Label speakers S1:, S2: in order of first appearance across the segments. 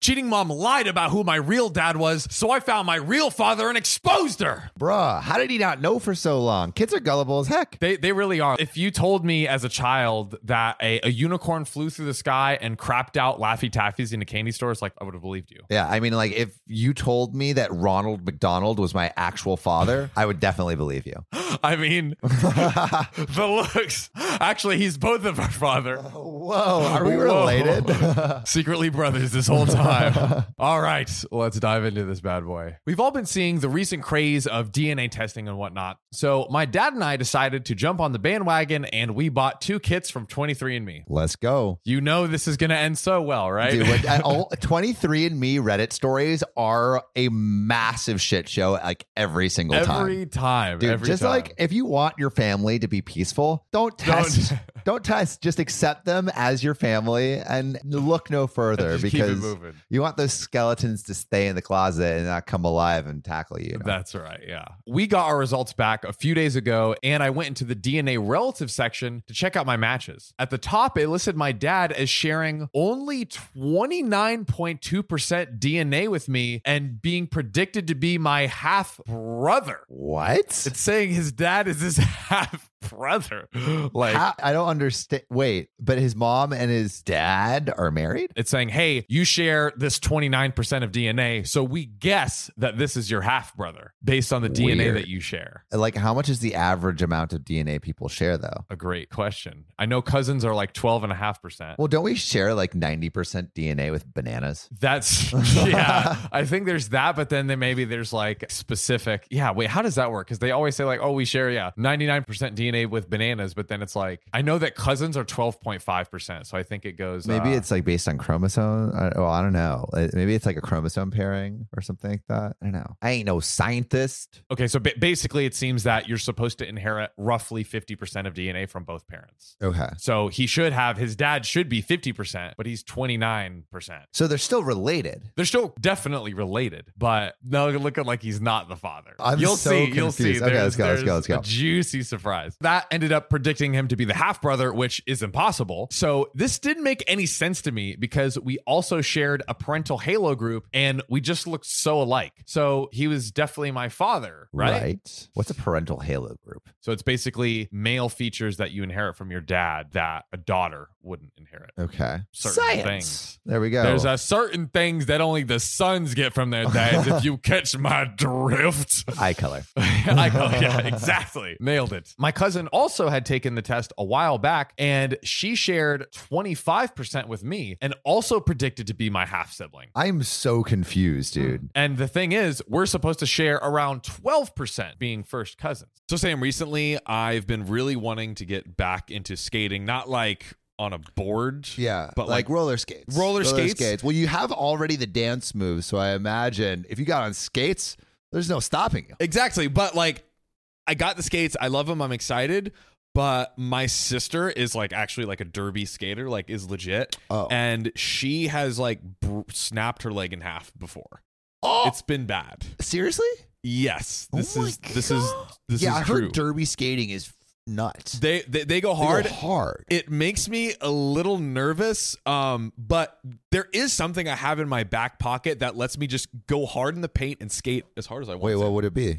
S1: Cheating mom lied about who my real dad was, so I found my real father and exposed her.
S2: Bruh, how did he not know for so long? Kids are gullible as heck.
S1: They, they really are. If you told me as a child that a, a unicorn flew through the sky and crapped out Laffy Taffys into candy stores, like I would have believed you.
S2: Yeah, I mean, like if you told me that Ronald McDonald was my actual father, I would definitely believe you.
S1: I mean, the looks. Actually, he's both of our father.
S2: Whoa, are we
S1: Whoa.
S2: related?
S1: Secretly brothers this whole time. all right, let's dive into this bad boy. We've all been seeing the recent craze of DNA testing and whatnot. So, my dad and I decided to jump on the bandwagon and we bought two kits from 23andMe.
S2: Let's go.
S1: You know this is going to end so well, right?
S2: Dude, what, I- all, 23andMe Reddit stories are a massive shit show like every single time.
S1: every time.
S2: Dude,
S1: every
S2: just
S1: time.
S2: like if you want your family to be peaceful, don't test. Don't. test. Just accept them as your family and look no further
S1: Just keep it
S2: because
S1: moving.
S2: you want those skeletons to stay in the closet and not come alive and tackle you.
S1: That's right. Yeah. We got our results back a few days ago, and I went into the DNA relative section to check out my matches. At the top, it listed my dad as sharing only 29.2% DNA with me and being predicted to be my half brother.
S2: what?
S1: It's saying his dad is his half brother. Like,
S2: How- I don't understand. Wait, but his mom and his dad are married?
S1: It's saying, hey, you share this 29% of DNA, so we guess that this is your half brother based on the DNA
S2: Weird.
S1: that you share.
S2: Like, how much is the average amount of DNA people share, though?
S1: A great question. I know cousins are like 12.5%.
S2: Well, don't we share like 90% DNA with bananas?
S1: That's, yeah. I think there's that, but then there maybe there's like specific. Yeah. Wait, how does that work? Because they always say, like, oh, we share, yeah, 99% DNA with bananas, but then it's like, I know that cousins are 12.5%. So I think it goes.
S2: Maybe
S1: uh,
S2: it's like based on chromosome. I, oh, I don't know. Uh, Maybe it's like a chromosome pairing or something like that. I don't know. I ain't no scientist.
S1: Okay, so ba- basically, it seems that you're supposed to inherit roughly 50% of DNA from both parents.
S2: Okay.
S1: So he should have his dad should be 50%, but he's 29%.
S2: So they're still related.
S1: They're still definitely related, but now they're looking like he's not the father.
S2: I'm
S1: you'll
S2: so
S1: see, you'll see.
S2: confused. Okay, let's
S1: There's-
S2: go, let's go, let's
S1: there's
S2: go.
S1: A juicy surprise. That ended up predicting him to be the half brother, which is impossible. So this didn't make any sense to me because we also shared a parental halo group and we just looked so alike. So he was definitely my father, right?
S2: What's a parental halo group?
S1: So it's basically male features that you inherit from your dad that a daughter wouldn't inherit.
S2: Okay.
S1: Certain
S2: Science.
S1: things.
S2: There we go.
S1: There's a certain things that only the sons get from their dads. if you catch my drift.
S2: eye color.
S1: I go, yeah, exactly. Nailed it. My cousin also had taken the test a while back and she shared 25% with me and also predicted to be my half sibling.
S2: I'm so confused,
S1: Hmm.
S2: dude.
S1: And the thing is, we're supposed to share around 12% being first cousins. So, Sam, recently I've been really wanting to get back into skating, not like on a board.
S2: Yeah,
S1: But, like,
S2: roller skates.
S1: roller skates?
S2: Well, you have already the dance moves, so I imagine if you got on skates, there's no stopping you.
S1: Exactly. But like, I got the skates. I love them. I'm excited. But my sister is like actually like a derby skater, like is legit.
S2: Oh.
S1: And she has like br- snapped her leg in half before.
S2: Oh,
S1: It's been bad.
S2: seriously?
S1: Yes.
S2: Oh
S1: This
S2: my
S1: is this is
S2: God.
S1: this
S2: yeah,
S1: is
S2: I
S1: true.
S2: heard derby skating is nuts.
S1: they, they they go
S2: They go
S1: hard.
S2: hard.
S1: it makes me a little nervous um but there is something i have in my back pocket that lets me just go hard in the paint and skate as hard as i want
S2: Wait,
S1: to.
S2: what would it be?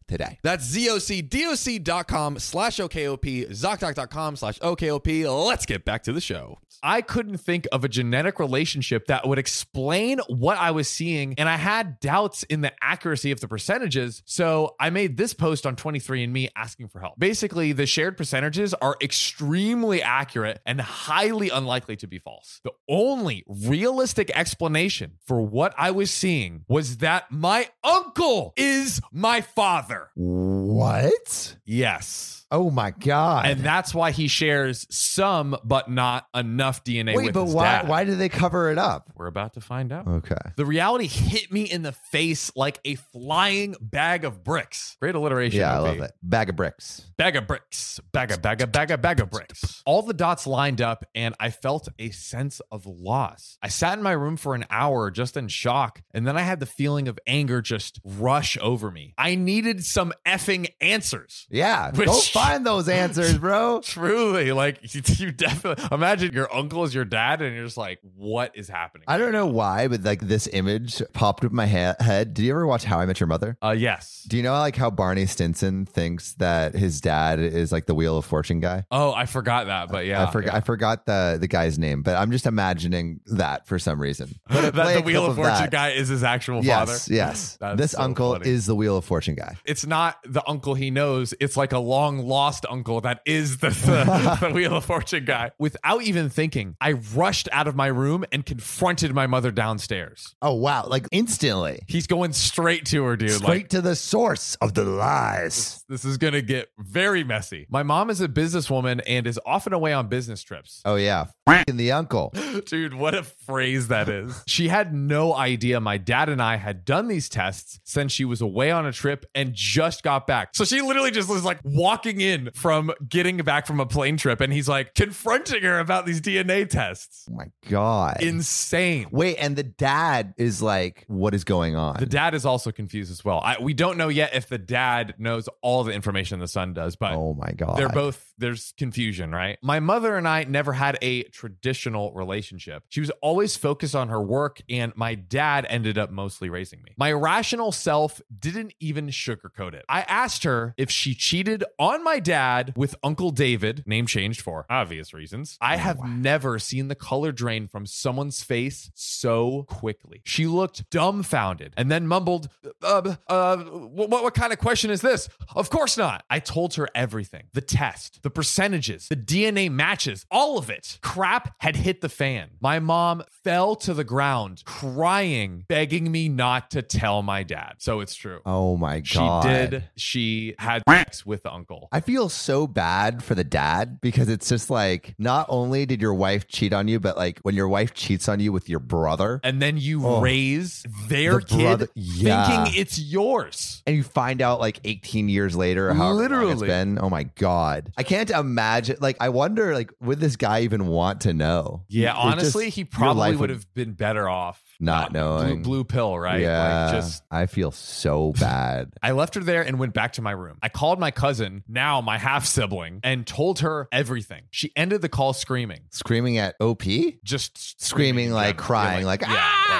S2: today.
S1: That's zocdoc.com slash OKOP, zocdoc.com slash OKOP. Let's get back to the show. I couldn't think of a genetic relationship that would explain what I was seeing, and I had doubts in the accuracy of the percentages. So I made this post on 23andMe asking for help. Basically, the shared percentages are extremely accurate and highly unlikely to be false. The only realistic explanation for what I was seeing was that my uncle is my father.
S2: What?
S1: Yes.
S2: Oh my god!
S1: And that's why he shares some, but not enough DNA
S2: Wait,
S1: with
S2: but
S1: his
S2: why?
S1: dad.
S2: Why did they cover it up?
S1: We're about to find out.
S2: Okay.
S1: The reality hit me in the face like a flying bag of bricks. Great alliteration.
S2: Yeah, I
S1: OP.
S2: love it. Bag of bricks.
S1: Bag of bricks. Bag of bag of bag of bag of bricks. All the dots lined up, and I felt a sense of loss. I sat in my room for an hour just in shock, and then I had the feeling of anger just rush over me. I needed some effing answers.
S2: Yeah.
S1: Which-
S2: Go find those answers, bro.
S1: Truly, like you, you definitely imagine your uncle is your dad, and you're just like, what is happening?
S2: I don't know why, but like this image popped up in my he- head. Did you ever watch How I Met Your Mother?
S1: Uh, yes.
S2: Do you know like how Barney Stinson thinks that his dad is like the Wheel of Fortune guy?
S1: Oh, I forgot that, but yeah,
S2: I forgot I forgot the the guy's name, but I'm just imagining that for some reason.
S1: that
S2: play
S1: the
S2: a
S1: Wheel
S2: clip
S1: of
S2: of
S1: Fortune
S2: that.
S1: guy is his actual father.
S2: Yes, yes.
S1: That's
S2: this
S1: so
S2: uncle
S1: funny.
S2: is the Wheel of Fortune guy.
S1: It's not the uncle he knows. It's like a long lost uncle that is the, the, the Wheel of Fortune guy. Without even thinking, I rushed out of my room and confronted my mother downstairs.
S2: Oh wow! Like instantly,
S1: He's going straight to her, dude.
S2: straight
S1: Like,
S2: to the source of the lies.
S1: this is going to get very messy. My mom is a businesswoman and is often away on business trips.
S2: Oh yeah, F***ing the uncle. Oh,
S1: Dude, what a phrase that is. She had no idea my dad and I had done these tests since she was away on a trip and just got back. So she literally just was like walking in from getting back from a plane trip and he's like confronting her about these DNA tests.
S2: Oh my god!
S1: Insane.
S2: Wait, and the dad is like, "What is going on?"
S1: The dad is also confused as well. I, we don't know yet if the dad knows all the information the son does, but
S2: oh my god!
S1: They're both, there's confusion, right? My mother and I never had a traditional relationship. She was always focused on her work, and my dad ended up mostly raising me. My rational self didn't even sugarcoat it. I asked her if she cheated on my dad with Uncle David, name changed for obvious reasons. I have
S2: wow.
S1: never seen the color drain from someone's face so quickly. She looked dumbfounded and then mumbled, uh, uh, what, what kind of question is this? Of course not. I told her everything the test, the percentages, the DNA matches, all of it. Crap had hit the fan. My mom fell to the ground, crying, begging me not to tell my dad. So it's true.
S2: Oh my
S1: she
S2: god!
S1: did. She had sex with the uncle.
S2: I feel so bad for the dad because it's just like not only did your wife cheat on you, but like when your wife cheats on you with your brother
S1: and then you
S2: Oh.
S1: raise their
S2: The
S1: kid
S2: brother- Yeah.
S1: thinking it's yours.
S2: and you find out like 18 years later or however long it's
S1: Literally.
S2: been. Oh my god. I can't imagine like I wonder like would this guy even want to know?
S1: Yeah,
S2: It
S1: honestly,
S2: just-
S1: he
S2: your
S1: probably
S2: life
S1: would have been better off
S2: not knowing.
S1: Blue, blue pill, right?
S2: Yeah.
S1: Like just
S2: I feel so bad.
S1: I left her there and went back to my room. I called my cousin, now my half sibling, and told her everything. She ended the call screaming,
S2: Screaming at OP?
S1: just
S2: Screaming,
S1: in
S2: like,
S1: general.
S2: crying,
S1: Yeah,
S2: like,
S1: yeah,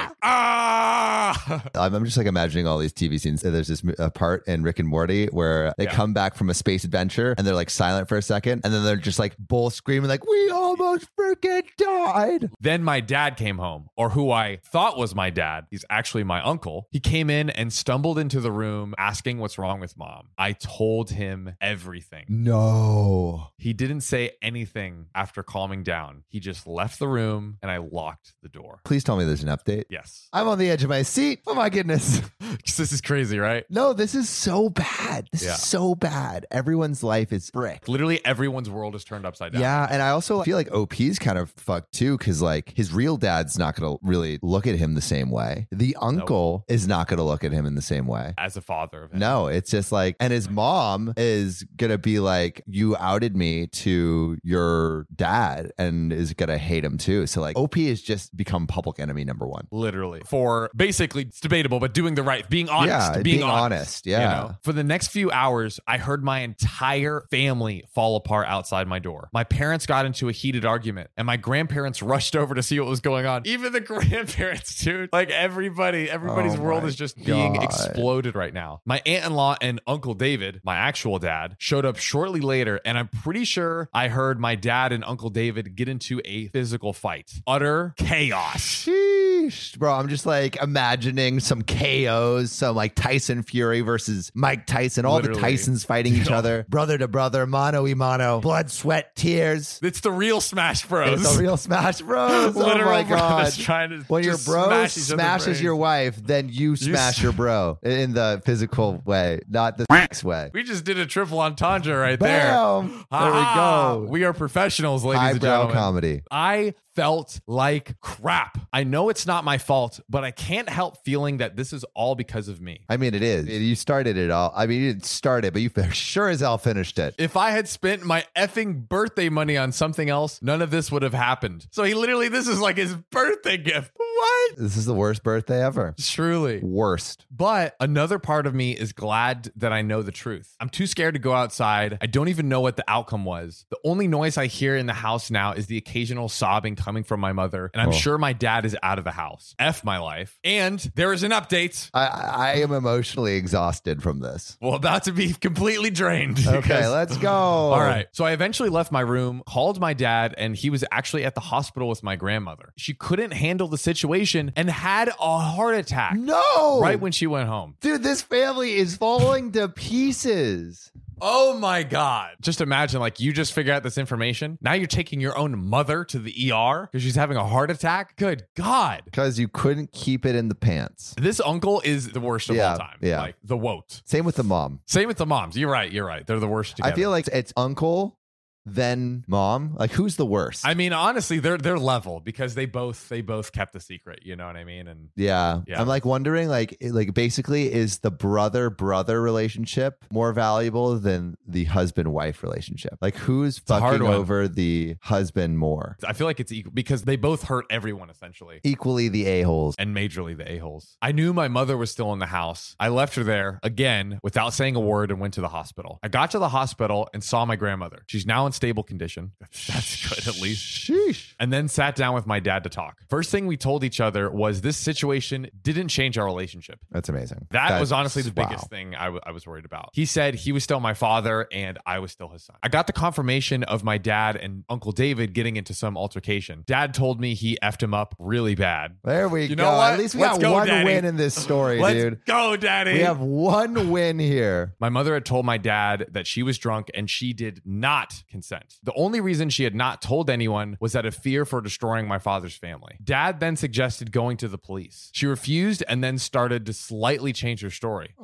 S1: like, ah.
S2: I'm I'm just like imagining all these TV scenes. There's this uh, part in Rick and Morty where they
S1: Yeah.
S2: come back from a space adventure and they're like silent for a second, and then they're just like both screaming like, "We almost freaking died!"
S1: Then my dad came home, or who I thought was my dad. He's actually my uncle. He came in and stumbled into the room asking what's wrong with mom. I told him everything.
S2: No.
S1: He didn't say anything after calming down. He just left the room and I locked the door.
S2: Please tell me there's an update.
S1: Yes.
S2: I'm on the edge of my seat. Oh my goodness.
S1: 'Cause this is crazy, right?
S2: No, this is so bad. This
S1: Yeah.
S2: is so bad. Everyone's life is brick.
S1: Literally everyone's world is turned upside down.
S2: Yeah, and I also feel like OP's kind of fucked too, because like his real dad's not gonna really look at him the same way. The uncle is not gonna look at him in the same way.
S1: As a father of him.
S2: No, it's just like, and his mom is gonna be like, "You outed me to your dad," and is gonna hate him too. So like, OP has just become public enemy number one.
S1: Literally. For basic basically it's debatable, but doing the right, being honest,
S2: yeah,
S1: being, honest.
S2: Yeah.
S1: You know? For the next few hours, I heard my entire family fall apart outside my door. My parents got into a heated argument, and my grandparents rushed over to see what was going on. Even the grandparents, dude. Like everybody, everybody's
S2: Oh
S1: world
S2: my
S1: is just being
S2: God.
S1: exploded right now. My aunt in law and Uncle David, my actual dad, showed up shortly later, and I'm pretty sure I heard my dad and Uncle David get into a physical fight. Utter chaos.
S2: Sheesh, bro. I'm just like imagining some KOs, some like Tyson Fury versus Mike Tyson, all the
S1: Literally.
S2: Tysons fighting each
S1: Yeah.
S2: other, brother to brother, mano y mano, blood, sweat, tears.
S1: It's the real Smash Bros.
S2: It's a real Smash Bros. oh
S1: Literal
S2: my god.
S1: brothers trying to
S2: When your
S1: just
S2: bro
S1: smash each other's
S2: smashes
S1: brains.
S2: your wife, then you smash
S1: s-
S2: your bro in the physical way, not the sex way.
S1: We just did a triple entendre right there.
S2: Bam! There we
S1: Ah,
S2: go.
S1: We are professionals, ladies and
S2: Eyebrow
S1: gentlemen.
S2: comedy.
S1: I felt like crap. I know it's not my fault, but I can't help feeling that this is all because of me.
S2: I mean, it is. You started it all. I mean, you didn't start it, but you for sure as hell finished it.
S1: If I had spent my effing birthday money on something else, none of this would have happened. So he literally, this is like his birthday gift. What?
S2: This is the worst birthday ever.
S1: Truly.
S2: Worst.
S1: But another part of me is glad that I know the truth. I'm too scared to go outside. I don't even know what the outcome was. The only noise I hear in the house now is the occasional sobbing coming from my mother, and I'm
S2: Oh.
S1: sure my dad is out of the house. F my life. And there is an update.
S2: I, I I am emotionally exhausted from this.
S1: Well, about to be completely drained.
S2: Okay,
S1: because-
S2: let's go.
S1: All right. So I eventually left my room, called my dad, and he was actually at the hospital with my grandmother. She couldn't handle the situation and had a heart attack
S2: No.
S1: right when she went home.
S2: Dude, this family is falling to pieces.
S1: Oh my God. Just imagine, like, you just figure out this information. Now you're taking your own mother to the ER because she's having a heart attack. Good God.
S2: Because you couldn't keep it in the pants.
S1: This uncle is the worst of
S2: Yeah,
S1: all time.
S2: yeah.
S1: Like, the woat.
S2: Same with the mom.
S1: Same with the moms. You're right. You're right. They're the worst together.
S2: I feel like it's uncle, then mom. Like, who's the worst?
S1: I mean, honestly, they're they're level because they both they both kept the secret. You know what I mean? And
S2: yeah.
S1: Yeah.
S2: I'm like wondering, like, like basically, is the brother brother relationship more valuable than the husband wife relationship? Like, who's
S1: a hard
S2: fucking
S1: one.
S2: over the husband more?
S1: I feel like it's equal because they both hurt everyone essentially.
S2: Equally the a holes.
S1: and majorly the a-holes. I knew my mother was still in the house. I left her there again without saying a word and went to the hospital. I got to the hospital and saw my grandmother. She's now in stable condition. That's good at least.
S2: Sheesh.
S1: And then sat down with my dad to talk. First thing we told each other was this situation didn't change our relationship.
S2: That's amazing.
S1: That was honestly the
S2: wow.
S1: biggest thing I, w- I was worried about. He said he was still my father and I was still his son. I got the confirmation of my dad and Uncle David getting into some altercation. Dad told me he effed him up really bad.
S2: There we
S1: You
S2: go.
S1: know what?
S2: At least we
S1: Let's
S2: got
S1: go,
S2: one
S1: Daddy.
S2: win in this story,
S1: Let's
S2: dude.
S1: go, Daddy.
S2: We have one win here.
S1: My mother had told my dad that she was drunk and she did not consent. The only reason she had not told anyone was out of fear for destroying my father's family. Dad then suggested going to the police. She refused and then started to slightly change her story,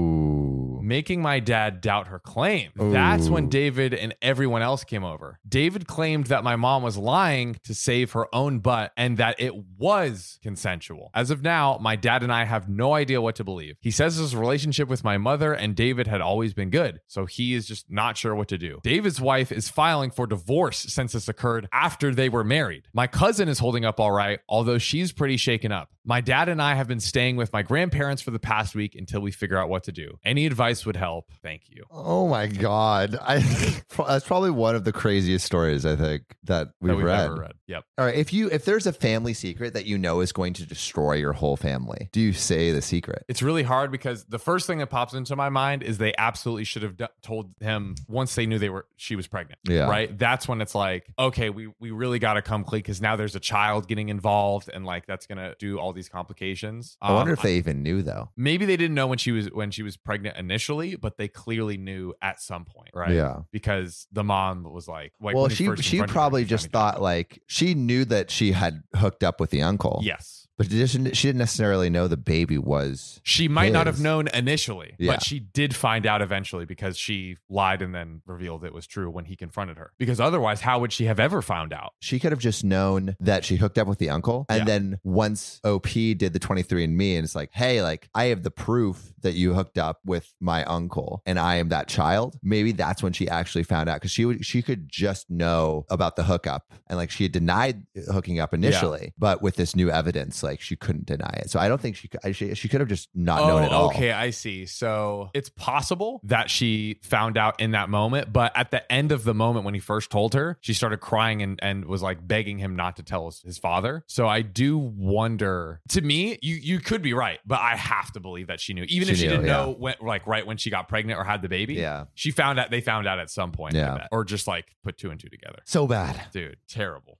S2: Oh.
S1: making my dad doubt her claim. That's
S2: Ooh.
S1: when David and everyone else came over. David claimed that my mom was lying to save her own butt and that it was consensual. As of now, my dad and I have no idea what to believe. He says his relationship with my mother and David had always been good, so he is just not sure what to do. David's wife is filing for divorce since this occurred after they were married. My cousin is holding up all right, although she's pretty shaken up. My dad and I have been staying with my grandparents for the past week until we figure out what to do. Any advice would help. Thank you.
S2: Oh my God. I that's probably one of the craziest stories I think that we've,
S1: that we've
S2: read.
S1: ever read. Yep.
S2: All right. If you if there's a family secret that you know is going to destroy your whole family, do you say the secret?
S1: It's really hard because the first thing that pops into my mind is they absolutely should have d- told him once they knew they were she was pregnant.
S2: Yeah.
S1: Right. That's when it's like, okay, we we really got to come clean because now there's a child getting involved and like that's gonna do all these complications.
S2: I wonder
S1: Um,
S2: if they even knew though.
S1: maybe they didn't know when she was when she was pregnant initially, but they clearly knew at some point, right?
S2: Yeah.
S1: Because the mom was like, like
S2: well,
S1: when he
S2: she
S1: first
S2: she
S1: confronted her,
S2: probably
S1: she
S2: just
S1: kinda
S2: thought like she knew that she had hooked up with the uncle.
S1: did. yes.
S2: But she didn't, she didn't necessarily know the baby was
S1: She might not
S2: his.
S1: have known initially,
S2: Yeah.
S1: but she did find out eventually because she lied and then revealed it was true when he confronted her. Because otherwise, how would she have ever found out?
S2: she could have just known that she hooked up with the uncle. And
S1: Yeah.
S2: then once OP did the 23andMe and it's like, hey, like I have the proof that you hooked up with my uncle and I am that child. Maybe that's when she actually found out because she would she could just know about the hookup and like she had denied hooking up initially, but with this new evidence,
S3: like she couldn't deny it. So I don't think she could. I- She, she could have just not known at
S1: Oh,
S3: all.
S1: okay, I see. So it's possible that she found out in that moment, but at the end of the moment when he first told her, she started crying and, and was like begging him not to tell his, his father. So I do wonder. To me, you you could be right, but I have to believe that she knew, even
S3: She
S1: if she
S3: knew,
S1: didn't
S3: yeah.
S1: know when, like right when she got pregnant or had the baby.
S3: Yeah.
S1: she found out. They found out at some point. I
S3: Yeah.
S1: bet. or just like put two and two together.
S3: So bad.
S1: Dude, terrible.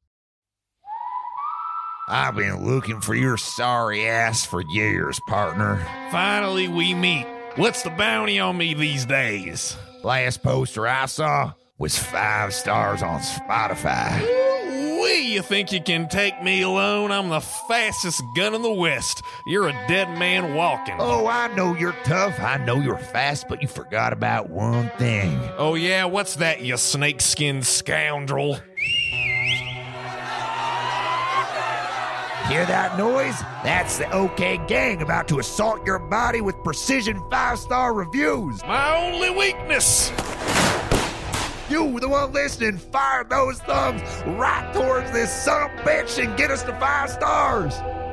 S2: I've been looking for your sorry ass for years, partner. Finally, we meet. What's the bounty on me these days? Last poster I saw was five stars on Spotify. Wee, you think you can take me alone? I'm the fastest gun in the West. You're a dead man walking. Oh, I know you're tough. I know you're fast, but you forgot about one thing. Oh, yeah, what's that, you snake skinned scoundrel? Hear that noise? That's the OK Gang about to assault your body with precision five star reviews. My only weakness. You, the one listening, fire those thumbs right towards this son of a bitch and get us to five stars.